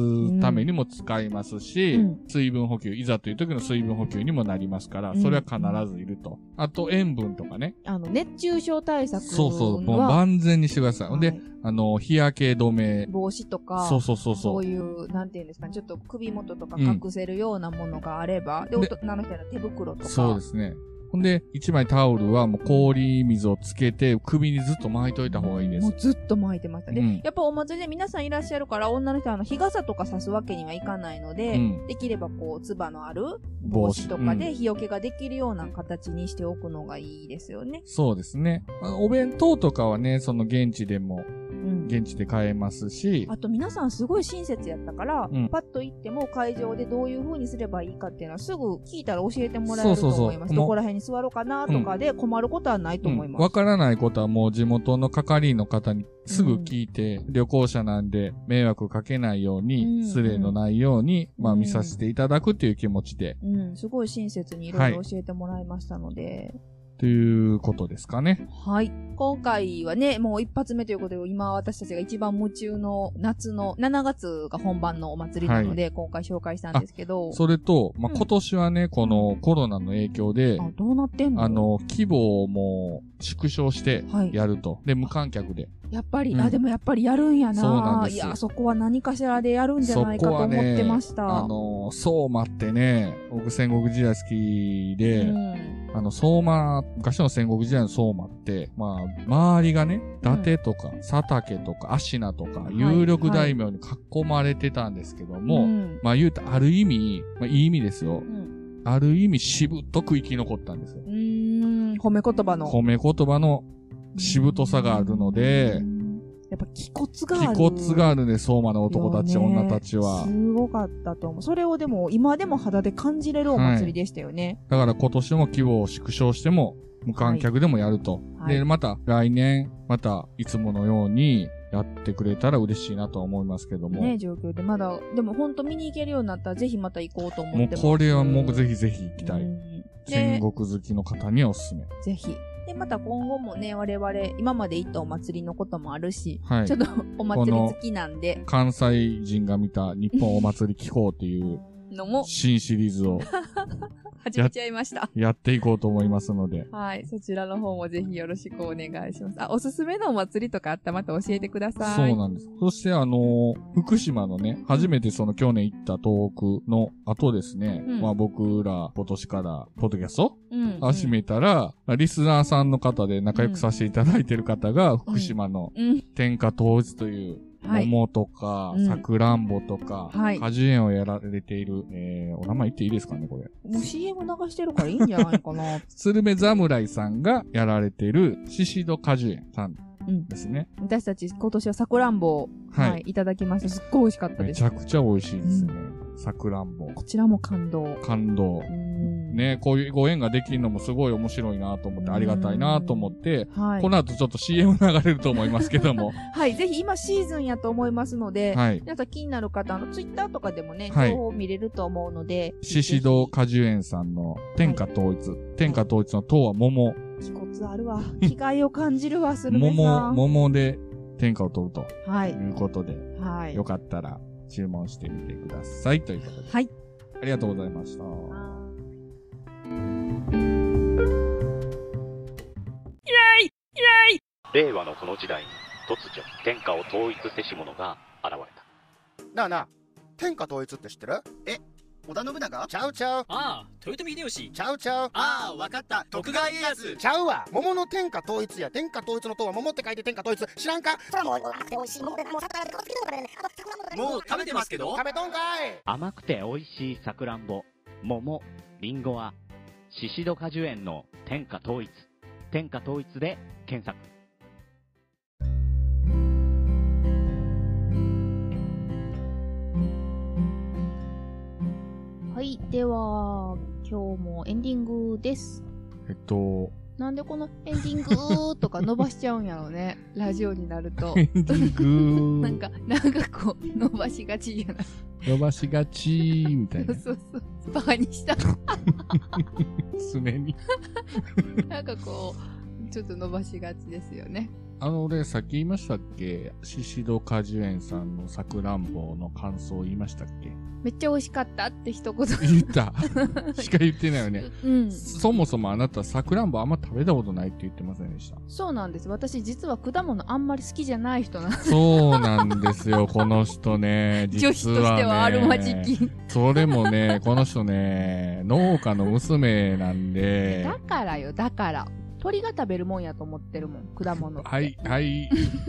S2: ためにも使いますし、
S4: うん
S2: 水分補給、いざという時の水分補給にもなりますから、
S4: うん
S2: それは必ずいると。あと塩分とかね。
S4: あの、熱中症対策は。
S2: そうそう、もう万全にしてください。ほん
S4: は
S2: で
S4: い、
S2: あの、日焼け止め。
S4: 帽子とか、
S2: そうそうそう
S4: そ
S2: そうう。
S4: いう、なんていうんですかね、ちょっと首元とか
S2: うん
S4: 隠せるようなものがあれば、で、
S2: ね
S4: 女の人の手袋とか。
S2: そうですね。ほんで、一枚タオルはもう氷水をつけて、首にずっと巻いといた方がいいで
S4: も
S2: す
S4: う。ずっと巻いてました。で、
S2: うん
S4: やっぱお祭りで皆さんいらっしゃるから、女の人はあの日傘とかさすわけにはいかないので、
S2: うん
S4: できればこう、つばのある帽
S2: 帽
S4: 子
S2: 子
S4: と
S2: う
S4: か
S2: ん
S4: で日よけができるような形にしておくのがいいですよね。
S2: そうですね。あのお弁当とかはね、その現地でも、
S4: うん
S2: 現地で買えますし、
S4: あと皆さんすごい親切やったから、
S2: うん
S4: パッと行っても会場でどういう風にすればいいかっていうのはすぐ聞いたら教えてもらえると
S2: そうそうそう
S4: 思います。
S2: もう
S4: どこら辺に座ろうかなとかで困ることはないと思います。
S2: わ、からないことはもう地元の係員の方にすぐ聞いて、旅行者なんで迷惑かけないように、
S4: うん
S2: 失礼のないように、まあ
S4: うん
S2: 見させていただくっていう気持ちで、
S4: うん、すごい親切にいろいろ教えてもらいましたので、
S2: ということですかね。
S4: はい、今回はね、もう一発目ということで、今私たちが一番夢中の夏の、7月が本番のお祭りなので、今回紹介したんですけど、
S2: それと、まあ
S4: うん
S2: 今年はね、このコロナの影響で、
S4: あどうなってんの
S2: あの、規模をもう縮小して
S4: はい
S2: やると。で、無観客で。
S4: やっぱり、
S2: うん
S4: あ、でもやっぱりやるんやな。
S2: そうなんです
S4: いや、そこは何かしらでやるんじゃないかと
S2: そこ
S4: 思
S2: は
S4: っ
S2: ね
S4: てました。
S2: あの、相馬ってね、僕戦国時代好き
S4: う
S2: で、
S4: ん、
S2: あの、相馬、昔の戦国時代の相馬って、まあ、周りがね、伊達とか、佐竹とか、芦名とか、
S4: い
S2: 有力大名に囲まれてたんですけども、
S4: うん
S2: まあ言うと、ある意味、まあいい意味ですよ。
S4: うん
S2: ある意味、しぶとく生き残ったんですよ。
S4: うーん、褒め言葉の。
S2: 褒め言葉のしぶとさがあるので
S4: う、ん、やっぱ気骨が
S2: 気
S4: ある。
S2: 骨があるね、相馬の男たち、
S4: よね
S2: 女たちは。
S4: すごかったと思う。それをでも、今でも肌で感じれるお祭りでしたよね。
S2: だから今年も規模を縮小しても、無観客でもやると。
S4: はい
S2: で、また来年、またいつものようにやってくれたら嬉しいなとは思いますけども。
S4: ね、状況で。まだ、でも本当見に行けるようになったら、ぜひまた行こうと思
S2: も
S4: っ
S2: う
S4: てます。
S2: これはもう
S4: ひ
S2: ぜひぜひ行きたい。戦国好きの方にはおすすめ。
S4: ぜひ。で、また今後もね、我々、今まで行ったお祭りのこともあるし、
S2: はい
S4: ちょっとお祭り好きなんで、
S2: 関西人が見た日本お祭り機構っていう
S4: のも
S2: 新シリーズを
S4: 始めちゃいました。
S2: やっていこうと思いますので。
S4: はい。そちらの方もぜひよろしくお願いします。あ、おすすめのお祭りとかあったらまた教えてください。
S2: そうなんです。そしてあのー福島のね、初めてその去年行った東北の後ですね、
S4: うん
S2: まあ僕ら今年からポッドキャスト
S4: うんうん。
S2: 始めたら、まあリスナーさんの方で仲良くさせていただいてる方が、福島の
S4: うん。
S2: 天下統一という、
S4: はい。
S2: 桃とか
S4: う、ん
S2: さくらんぼとか、
S4: はい
S2: 果樹園をやられている、えー、お名前言っていいですかね、これ。
S4: もう CM 流してるからいいんじゃないかな。
S2: 鶴瓶侍さんがやられている、シシド果樹園さん
S4: うん。
S2: ですね。
S4: 私たち今年はさくらんぼを、は、
S2: はいい
S4: い、ただきました。すっごい美味しかったで
S2: め
S4: す
S2: ち。ゃくちゃ美味しいですね。さくらんぼ。
S4: こちらも感動。
S2: 感動。
S4: うん。。
S2: ね、こういうご縁ができるのもすごい面白いなと思って、
S4: うん
S2: ありがたいなと思って、
S4: はい
S2: こ。の後ちょっと CM 流れると思いますけども。
S4: はい。ぜひ今シーズンやと思いますので、
S2: はい。
S4: 皆さん気になる方、あの、ツイッターとかでもね、
S2: はい
S4: 情報を見れると思うので、
S2: シシド果樹園さんの天下統一。天下統一の塔は桃。
S4: 気骨あるわ。 気概を感じるわ、するべさ
S2: 桃、
S4: ん。
S2: 桃で天下を取ると
S4: はいい。
S2: うことで、
S4: はい
S2: よ。かったら注文してみてください。ということで。
S4: はい。
S2: ありがとうございました。
S6: 令和のこの時代に突如天下を統一せし者が現れた
S7: なあなあ天下統一って知ってるえ織田信長ちゃうちゃう
S8: ああ、豊臣秀吉。
S7: ちゃうちゃう
S8: ああ、わかった。徳川家康。
S7: ちゃうわ桃の天下統一や天下統一の塔は桃って書いて天下統一知らんか
S9: それはもう甘くて美味しいものでもう砂糖でこつけとかねあと桜も食べる
S8: もう食べてますけど。
S7: 食べとんかい
S10: 甘くて美味しいさくらんぼ、桃、りんごは、シシド果樹園の天下統一。天下統一で検索。
S11: はい、では、今日もエンディングです。
S2: えっと、
S4: なんでこのエンディングとか伸ばしちゃうんやろう ね。ラジオになると。
S2: エンディング
S4: なんか、長く伸ばしがちじ ゃない。
S2: 伸ばしがちーみたい
S4: そ
S2: な
S4: う。そうそう。バカにした。
S2: 常に。
S4: なんかこう、ちょっと伸ばしがちですよね。
S2: あの、俺、さっき言いましたっけシシド果樹園さんのさくらんぼの感想言いましたっけ
S4: めっちゃ美味しかったって一言。
S2: 言った。しか言ってないよね。
S4: うん。
S2: そもそもあなた、さくらんぼあんま食べたことないって言ってませんで した。
S4: そうなんです。私実は果物あんまり好きじゃない人なんで
S2: そうなんですよ、この人ね。実は、ね、
S4: 女子としてはあるまじき。
S2: それもね、この人ね、農家の娘なんで。
S4: だからよ、だから。鳥が食べるもんやと思ってるもん、果物って。
S2: はい、はい、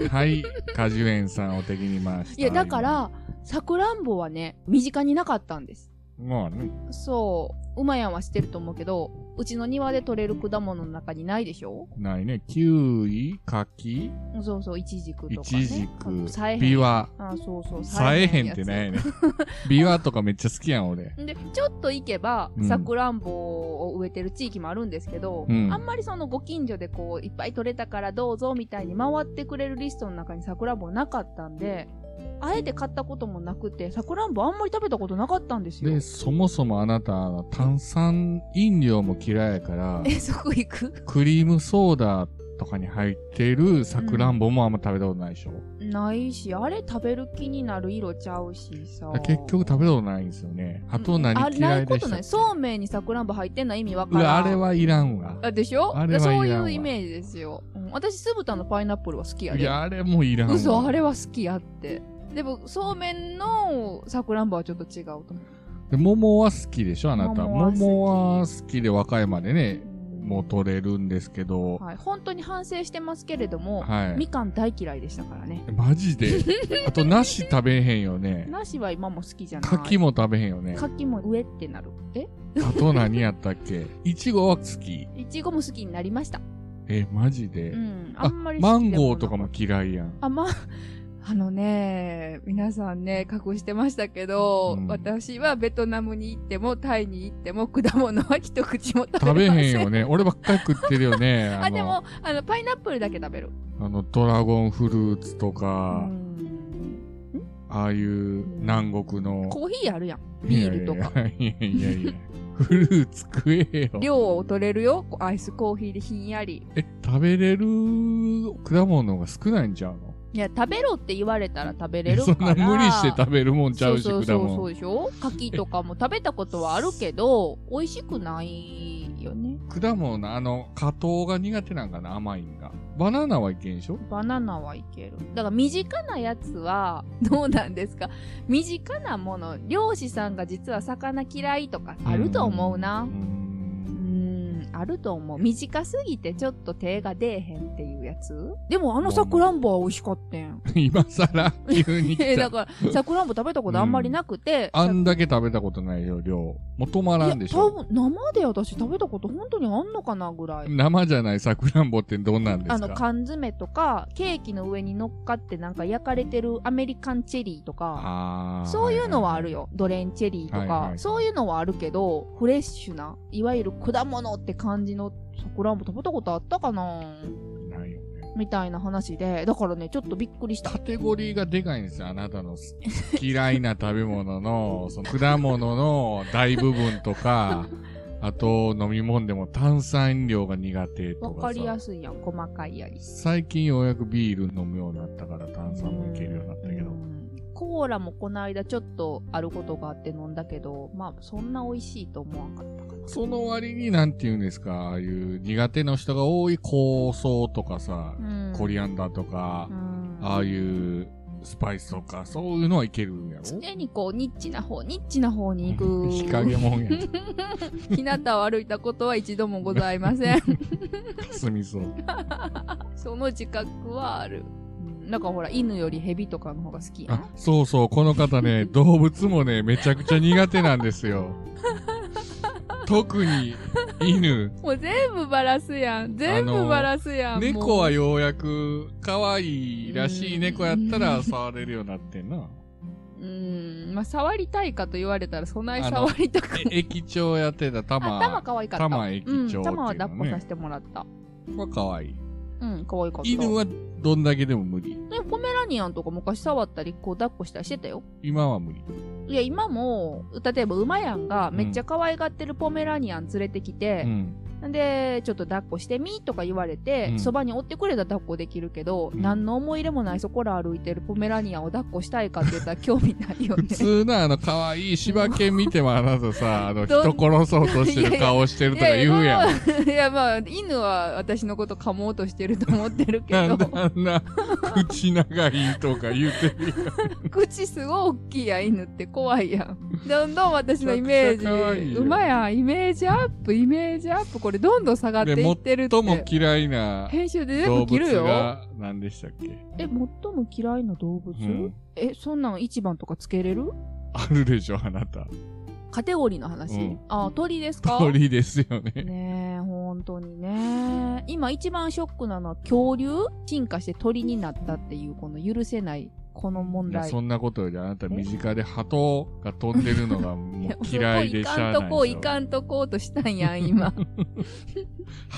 S2: はい、果樹園さんを敵に回した。
S4: いや、だか、ら、さくらんぼはね、身近になかったんです。
S2: まあね、
S4: そう、うまやんはしてると思うけど、うちの庭で取れる果物の中にないでしょ
S2: ないね。キウイ、柿、
S4: そうそう、いちじくとか、ね。
S2: イチジク
S4: あさえへん
S2: ビワ。
S4: あ、そうそう、
S2: さえへん
S4: や
S2: って
S4: つ
S2: ないね。ビワとかめっちゃ好きやん、俺。
S4: で、ちょっと行けば
S2: う、ん
S4: さくらんぼを植えてる地域もあるんですけど、
S2: うん
S4: あんまりそのご近所でこう、いっぱい取れたからどうぞみたいに回ってくれるリストの中にさくらんぼなかったんで、あえて買ったこともなくて、さくらんぼあんまり食べたことなかったんですよ
S2: で、。そもそもあなた、炭酸飲料も嫌いやから、
S4: え、そこ行く
S2: クリームソーダとかに入ってるさくらんぼもあんま食べたことないでしょ。
S4: ないし、あれ食べる気になる色ちゃうしさ
S2: だから。結局食べたことないんですよね。あと何
S4: あ
S2: 嫌
S4: ないいこ
S2: でした
S4: と
S2: っけ
S4: ない。そうめんにさくらんぼ入ってんの意味わか
S2: う
S4: ら
S2: わ、
S4: ん。
S2: あれはいらんわ。
S4: あでしょ
S2: あれはいらん
S4: そ
S2: わ
S4: ういうイメージですよ。うん私、酢豚のパイナップルは好きや
S2: い
S4: で。
S2: や、あれもいらんわ。
S4: 嘘、あれは好きやって。でも、そうめんのさくらんぼはちょっと違うと思う。
S2: で桃は好きでしょ、あなた。
S4: 桃は好き
S2: 桃は好きで和歌山でね、もう取れるんですけど、
S4: はい。本当に反省してますけれども、
S2: はい
S4: みかん大嫌いでしたからね。
S2: マジで。 あと、梨食べへんよね。
S4: 梨は今も好きじゃない。
S2: 柿も食べへんよね。
S4: 柿も上ってなる。え
S2: あと何やったっけいちごは好き。
S4: いちごも好きになりました。
S2: え、マジで
S4: う。ん。あんまり好
S2: マ
S4: き
S2: ン
S4: で
S2: ゴ
S4: な
S2: ーとかも嫌いやん。
S4: あ、まあ、 あのね、皆さんね、隠してましたけど、
S2: うん
S4: 私はベトナムに行っても、タイに行っても、果物は一口も食
S2: 食
S4: べ
S2: べ
S4: ま
S2: へ
S4: せん。
S2: んよ ね。俺ばっかり食ってるよね。あ
S4: あ、
S2: の
S4: でも、あの、パイナップルだけ食べる。
S2: あの、ドラゴンフルーツと
S4: う
S2: か、
S4: ん
S2: ああいう南国の。
S4: コーヒーあるやん。ビールとか。。
S2: いやいやいやいや。フルーツ食えよ。
S4: 量を取れるよ。こうアイスコーヒーでひんやり。
S2: え、食べれる果物が少ないんちゃうの
S4: いや、食べろって言われたら食べれる
S2: そ
S4: か
S2: んな無
S4: ら。
S2: 理して食べるもんちゃうし、
S4: そ
S2: 果
S4: うそうそうそう
S2: 物。
S4: でしょ柿とかも食べたことはあるけど、美味しくないよね。
S2: 果物のあの、果糖が苦手なんかな、甘いんが。バナナはいけんでしょ
S4: バナナはいける。だから身近なやつは、 どうなんですか身近なもの、漁師さんが実は魚嫌いとかあると思うな。うーん、あると思う。短すぎてちょっと手が出えへんっていうやつでもあのさくらんぼは美味しかったん。
S2: 今更、急に
S4: え
S2: 来
S4: だ
S2: た。
S4: から、さくらんぼ食べたことあんまりなくて。
S2: あんだけ食べたことないよ、量。もう止ま
S4: い
S2: ら
S4: や、
S2: んでし
S4: 多
S2: ょ
S4: 分生で私食べたこと本当にあんのかなぐらい。
S2: 生じゃないさくらんぼってどんなんで
S4: あ
S2: す
S4: の
S2: か
S4: 缶詰とか、ケーキの上に乗っかってなんか焼かれてるアメリカンチェリーとか。
S2: あー
S4: そういうのはある。よ。ドレンチェリーとか、
S2: はいはい
S4: そういうのはあるけど、フレッシュな、いわゆる果物って感じのさくらんぼ食べたことあったかな
S2: ないよね。
S4: みたいな話で、だからね、ちょっとびっくりした
S2: カ。テゴリーがでかいんですよ、あなたのす嫌いな食べ物 の、その果物の大部分とか、あと飲み物でも炭酸飲料が苦手と
S4: わ
S2: かさ。
S4: かりやすいやん、細かいやり。
S2: 最近ようやくビール飲むようになったから炭酸もいけるようになったけ
S4: う
S2: ど。
S4: んコーラもこの間ちょっとあることがあって飲んだけど、まあそんな美味しいと思わんかったかな。
S2: その割になんて言うんですか、ああいう苦手な人が多い香草とかさ、
S4: うん
S2: コリアンダーとか
S4: う、ん
S2: ああいうスパイスとか、そういうのはいけるんやろ
S4: 常にこう、ニッチな方、ニッチな方に行 く。
S2: 日陰もんや。
S4: 日向を歩いたことは一度もございません。
S2: かすみそう。
S4: その自覚はある。なんかほら、犬より蛇とかの方が好きや
S2: あ
S4: ん。、
S2: そうそう、この方ね、動物もね、めちゃくちゃ苦手なんです よ。特に、犬。
S4: もう全部バラすやん。全
S2: あの
S4: 部バラすやん。もう
S2: 猫はようやく、可愛いらしい猫やったら触れるようになってん な。
S4: うーん。まあ、触りたいかと言われたら、そんなに
S2: あの
S4: 触りたくない。
S2: え駅長やってた玉。
S4: あ、玉可愛かった。
S2: 玉駅長っていうのね
S4: うん、玉は抱っこさせてもらった。
S2: は可愛い。
S4: うん、可愛かった。
S2: 犬はどんだけでも無理。
S4: でもポメラニアンとか昔触ったり、こう抱っこしたりしてたよ。
S2: 今は無理。
S4: いや、今も、例えば馬やんがめっちゃ可愛がってるポメラニアン連れてき
S2: う
S4: て、
S2: ん。
S4: で、ちょっと抱っこしてみとか言われ
S2: う
S4: て
S2: ん、
S4: そば、におってくれたら抱っこできるけど、
S2: うん
S4: 何の思い入れもないそこら歩いてるポメラニアンを抱っこしたいかって言ったら興味ないよね
S2: 普。通なあの可愛い柴犬見てもあなたさ、あの人
S4: どん
S2: 殺そうとしてる顔してるとか言うやん。
S4: ん。 いや、まあ、犬は私のこと噛もうとしてると思ってるけ
S2: なん
S4: ど
S2: で、あんな口長いとか言うてる
S4: 口すごい大きいやん、犬って怖いやん。どんどん私のイメ
S2: めちゃくちゃ可愛
S4: ー
S2: い
S4: ジ、
S2: よ
S4: 馬やん、イメージアップ、イメージアップ、これどんどん下がっていってるっ
S2: とも
S4: て。
S2: 嫌いな
S4: 編集で全
S2: 動
S4: 部切る
S2: 物
S4: よ。
S2: が何でしたっけ、
S4: え、最も嫌いな動物、
S2: うん、
S4: え、そんなん一番とかつけれる
S2: あるでしょ、あなた。
S4: カテゴリーの話。
S2: うん
S4: あ、鳥ですか
S2: 鳥ですよね。
S4: ねえ、本当にね。今一番ショックなのは恐竜進化して鳥になったっていう、この許せない、この問
S2: いや
S4: 題。
S2: そんなことよりあなた身近で鳩が飛んでるのがもう嫌いでしゃあ
S4: そ
S2: ない
S4: こ行かんと
S2: でしょ。
S4: こう、行かんとこうとした んやん、今。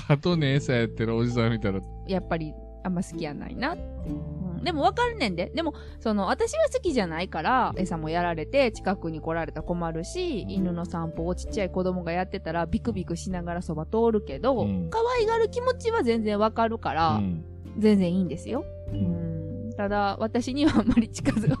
S2: 鳩ね餌やってるおじさん見たら、
S4: やっぱり、あんま好きやないなって。うんでもわかるねんで。でも、その、私は好きじゃないから、餌もやられて、近くに来られたら困るし、犬の散歩をちっちゃい子供がやってたら、ビクビクしながらそば通るけど、
S2: うん
S4: 可愛がる気持ちは全然わかるか
S2: う
S4: ら、
S2: ん、
S4: 全然いいんですよ。うんん。ただ、私にはあんまり近づか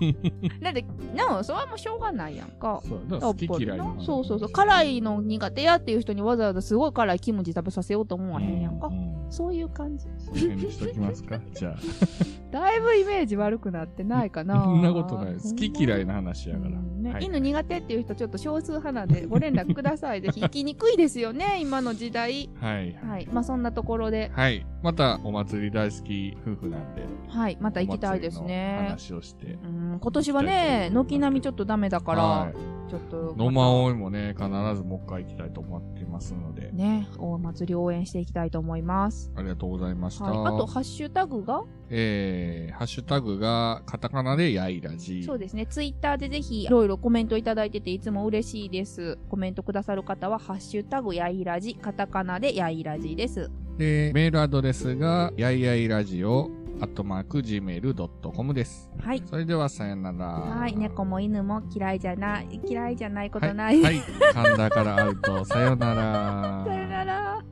S4: だって、なお、それはもうしょうがないやんか。
S2: そうだから好き嫌い
S4: やっぱり
S2: の
S4: なそうそうそう。辛いの苦手やっていう人にわざわざすごい辛いキムチ食べさせようと思わへんやんか。
S2: うん
S4: そういう感じ。
S2: その辺にしときます かじゃ
S4: だいぶイメージ悪くなってないか
S2: あ。
S4: な。
S2: そんなことない。好き嫌いな話や
S4: だ
S2: か。
S4: からら、ね
S2: はい
S4: 犬苦手っていう人ちょっと少数派な んでご連絡ください。ぜひ行きにくいですよね、今の時代。
S2: はい。
S4: はい。まあそんなところで、
S2: はい。またお祭り大好き夫婦なんで。
S4: はい。また行きたいです
S2: お祭
S4: ね。
S2: りの話をして。
S4: うん今年はね、軒並みちょっとダメだから、
S2: はい
S4: ちょっと。
S2: 野間追いもね、必ずもう一回行きたいと思ってますので。
S4: ね、お祭り応援していきたいと思います。
S2: ありがとうございました。
S4: はい、あと、ハッシュタグが、
S2: えー、ハッシュタグがカタカナでやいらじ。
S4: そうですね、ツイッターでぜひ、いろいろコメントいただいてて、いつも嬉しいです。コメントくださる方は、ハッシュタグやいらじ、カタカナでやいらじです。
S2: でメールアドレスがやいやいラジオアットマーク gmail.com です。
S4: はい。
S2: それではさよなら。
S4: はい、猫も犬も嫌いじゃない、嫌いじゃないこ
S2: は
S4: と
S2: い
S4: な い。
S2: はい。神田からアウト。さよなら。
S4: さよなら。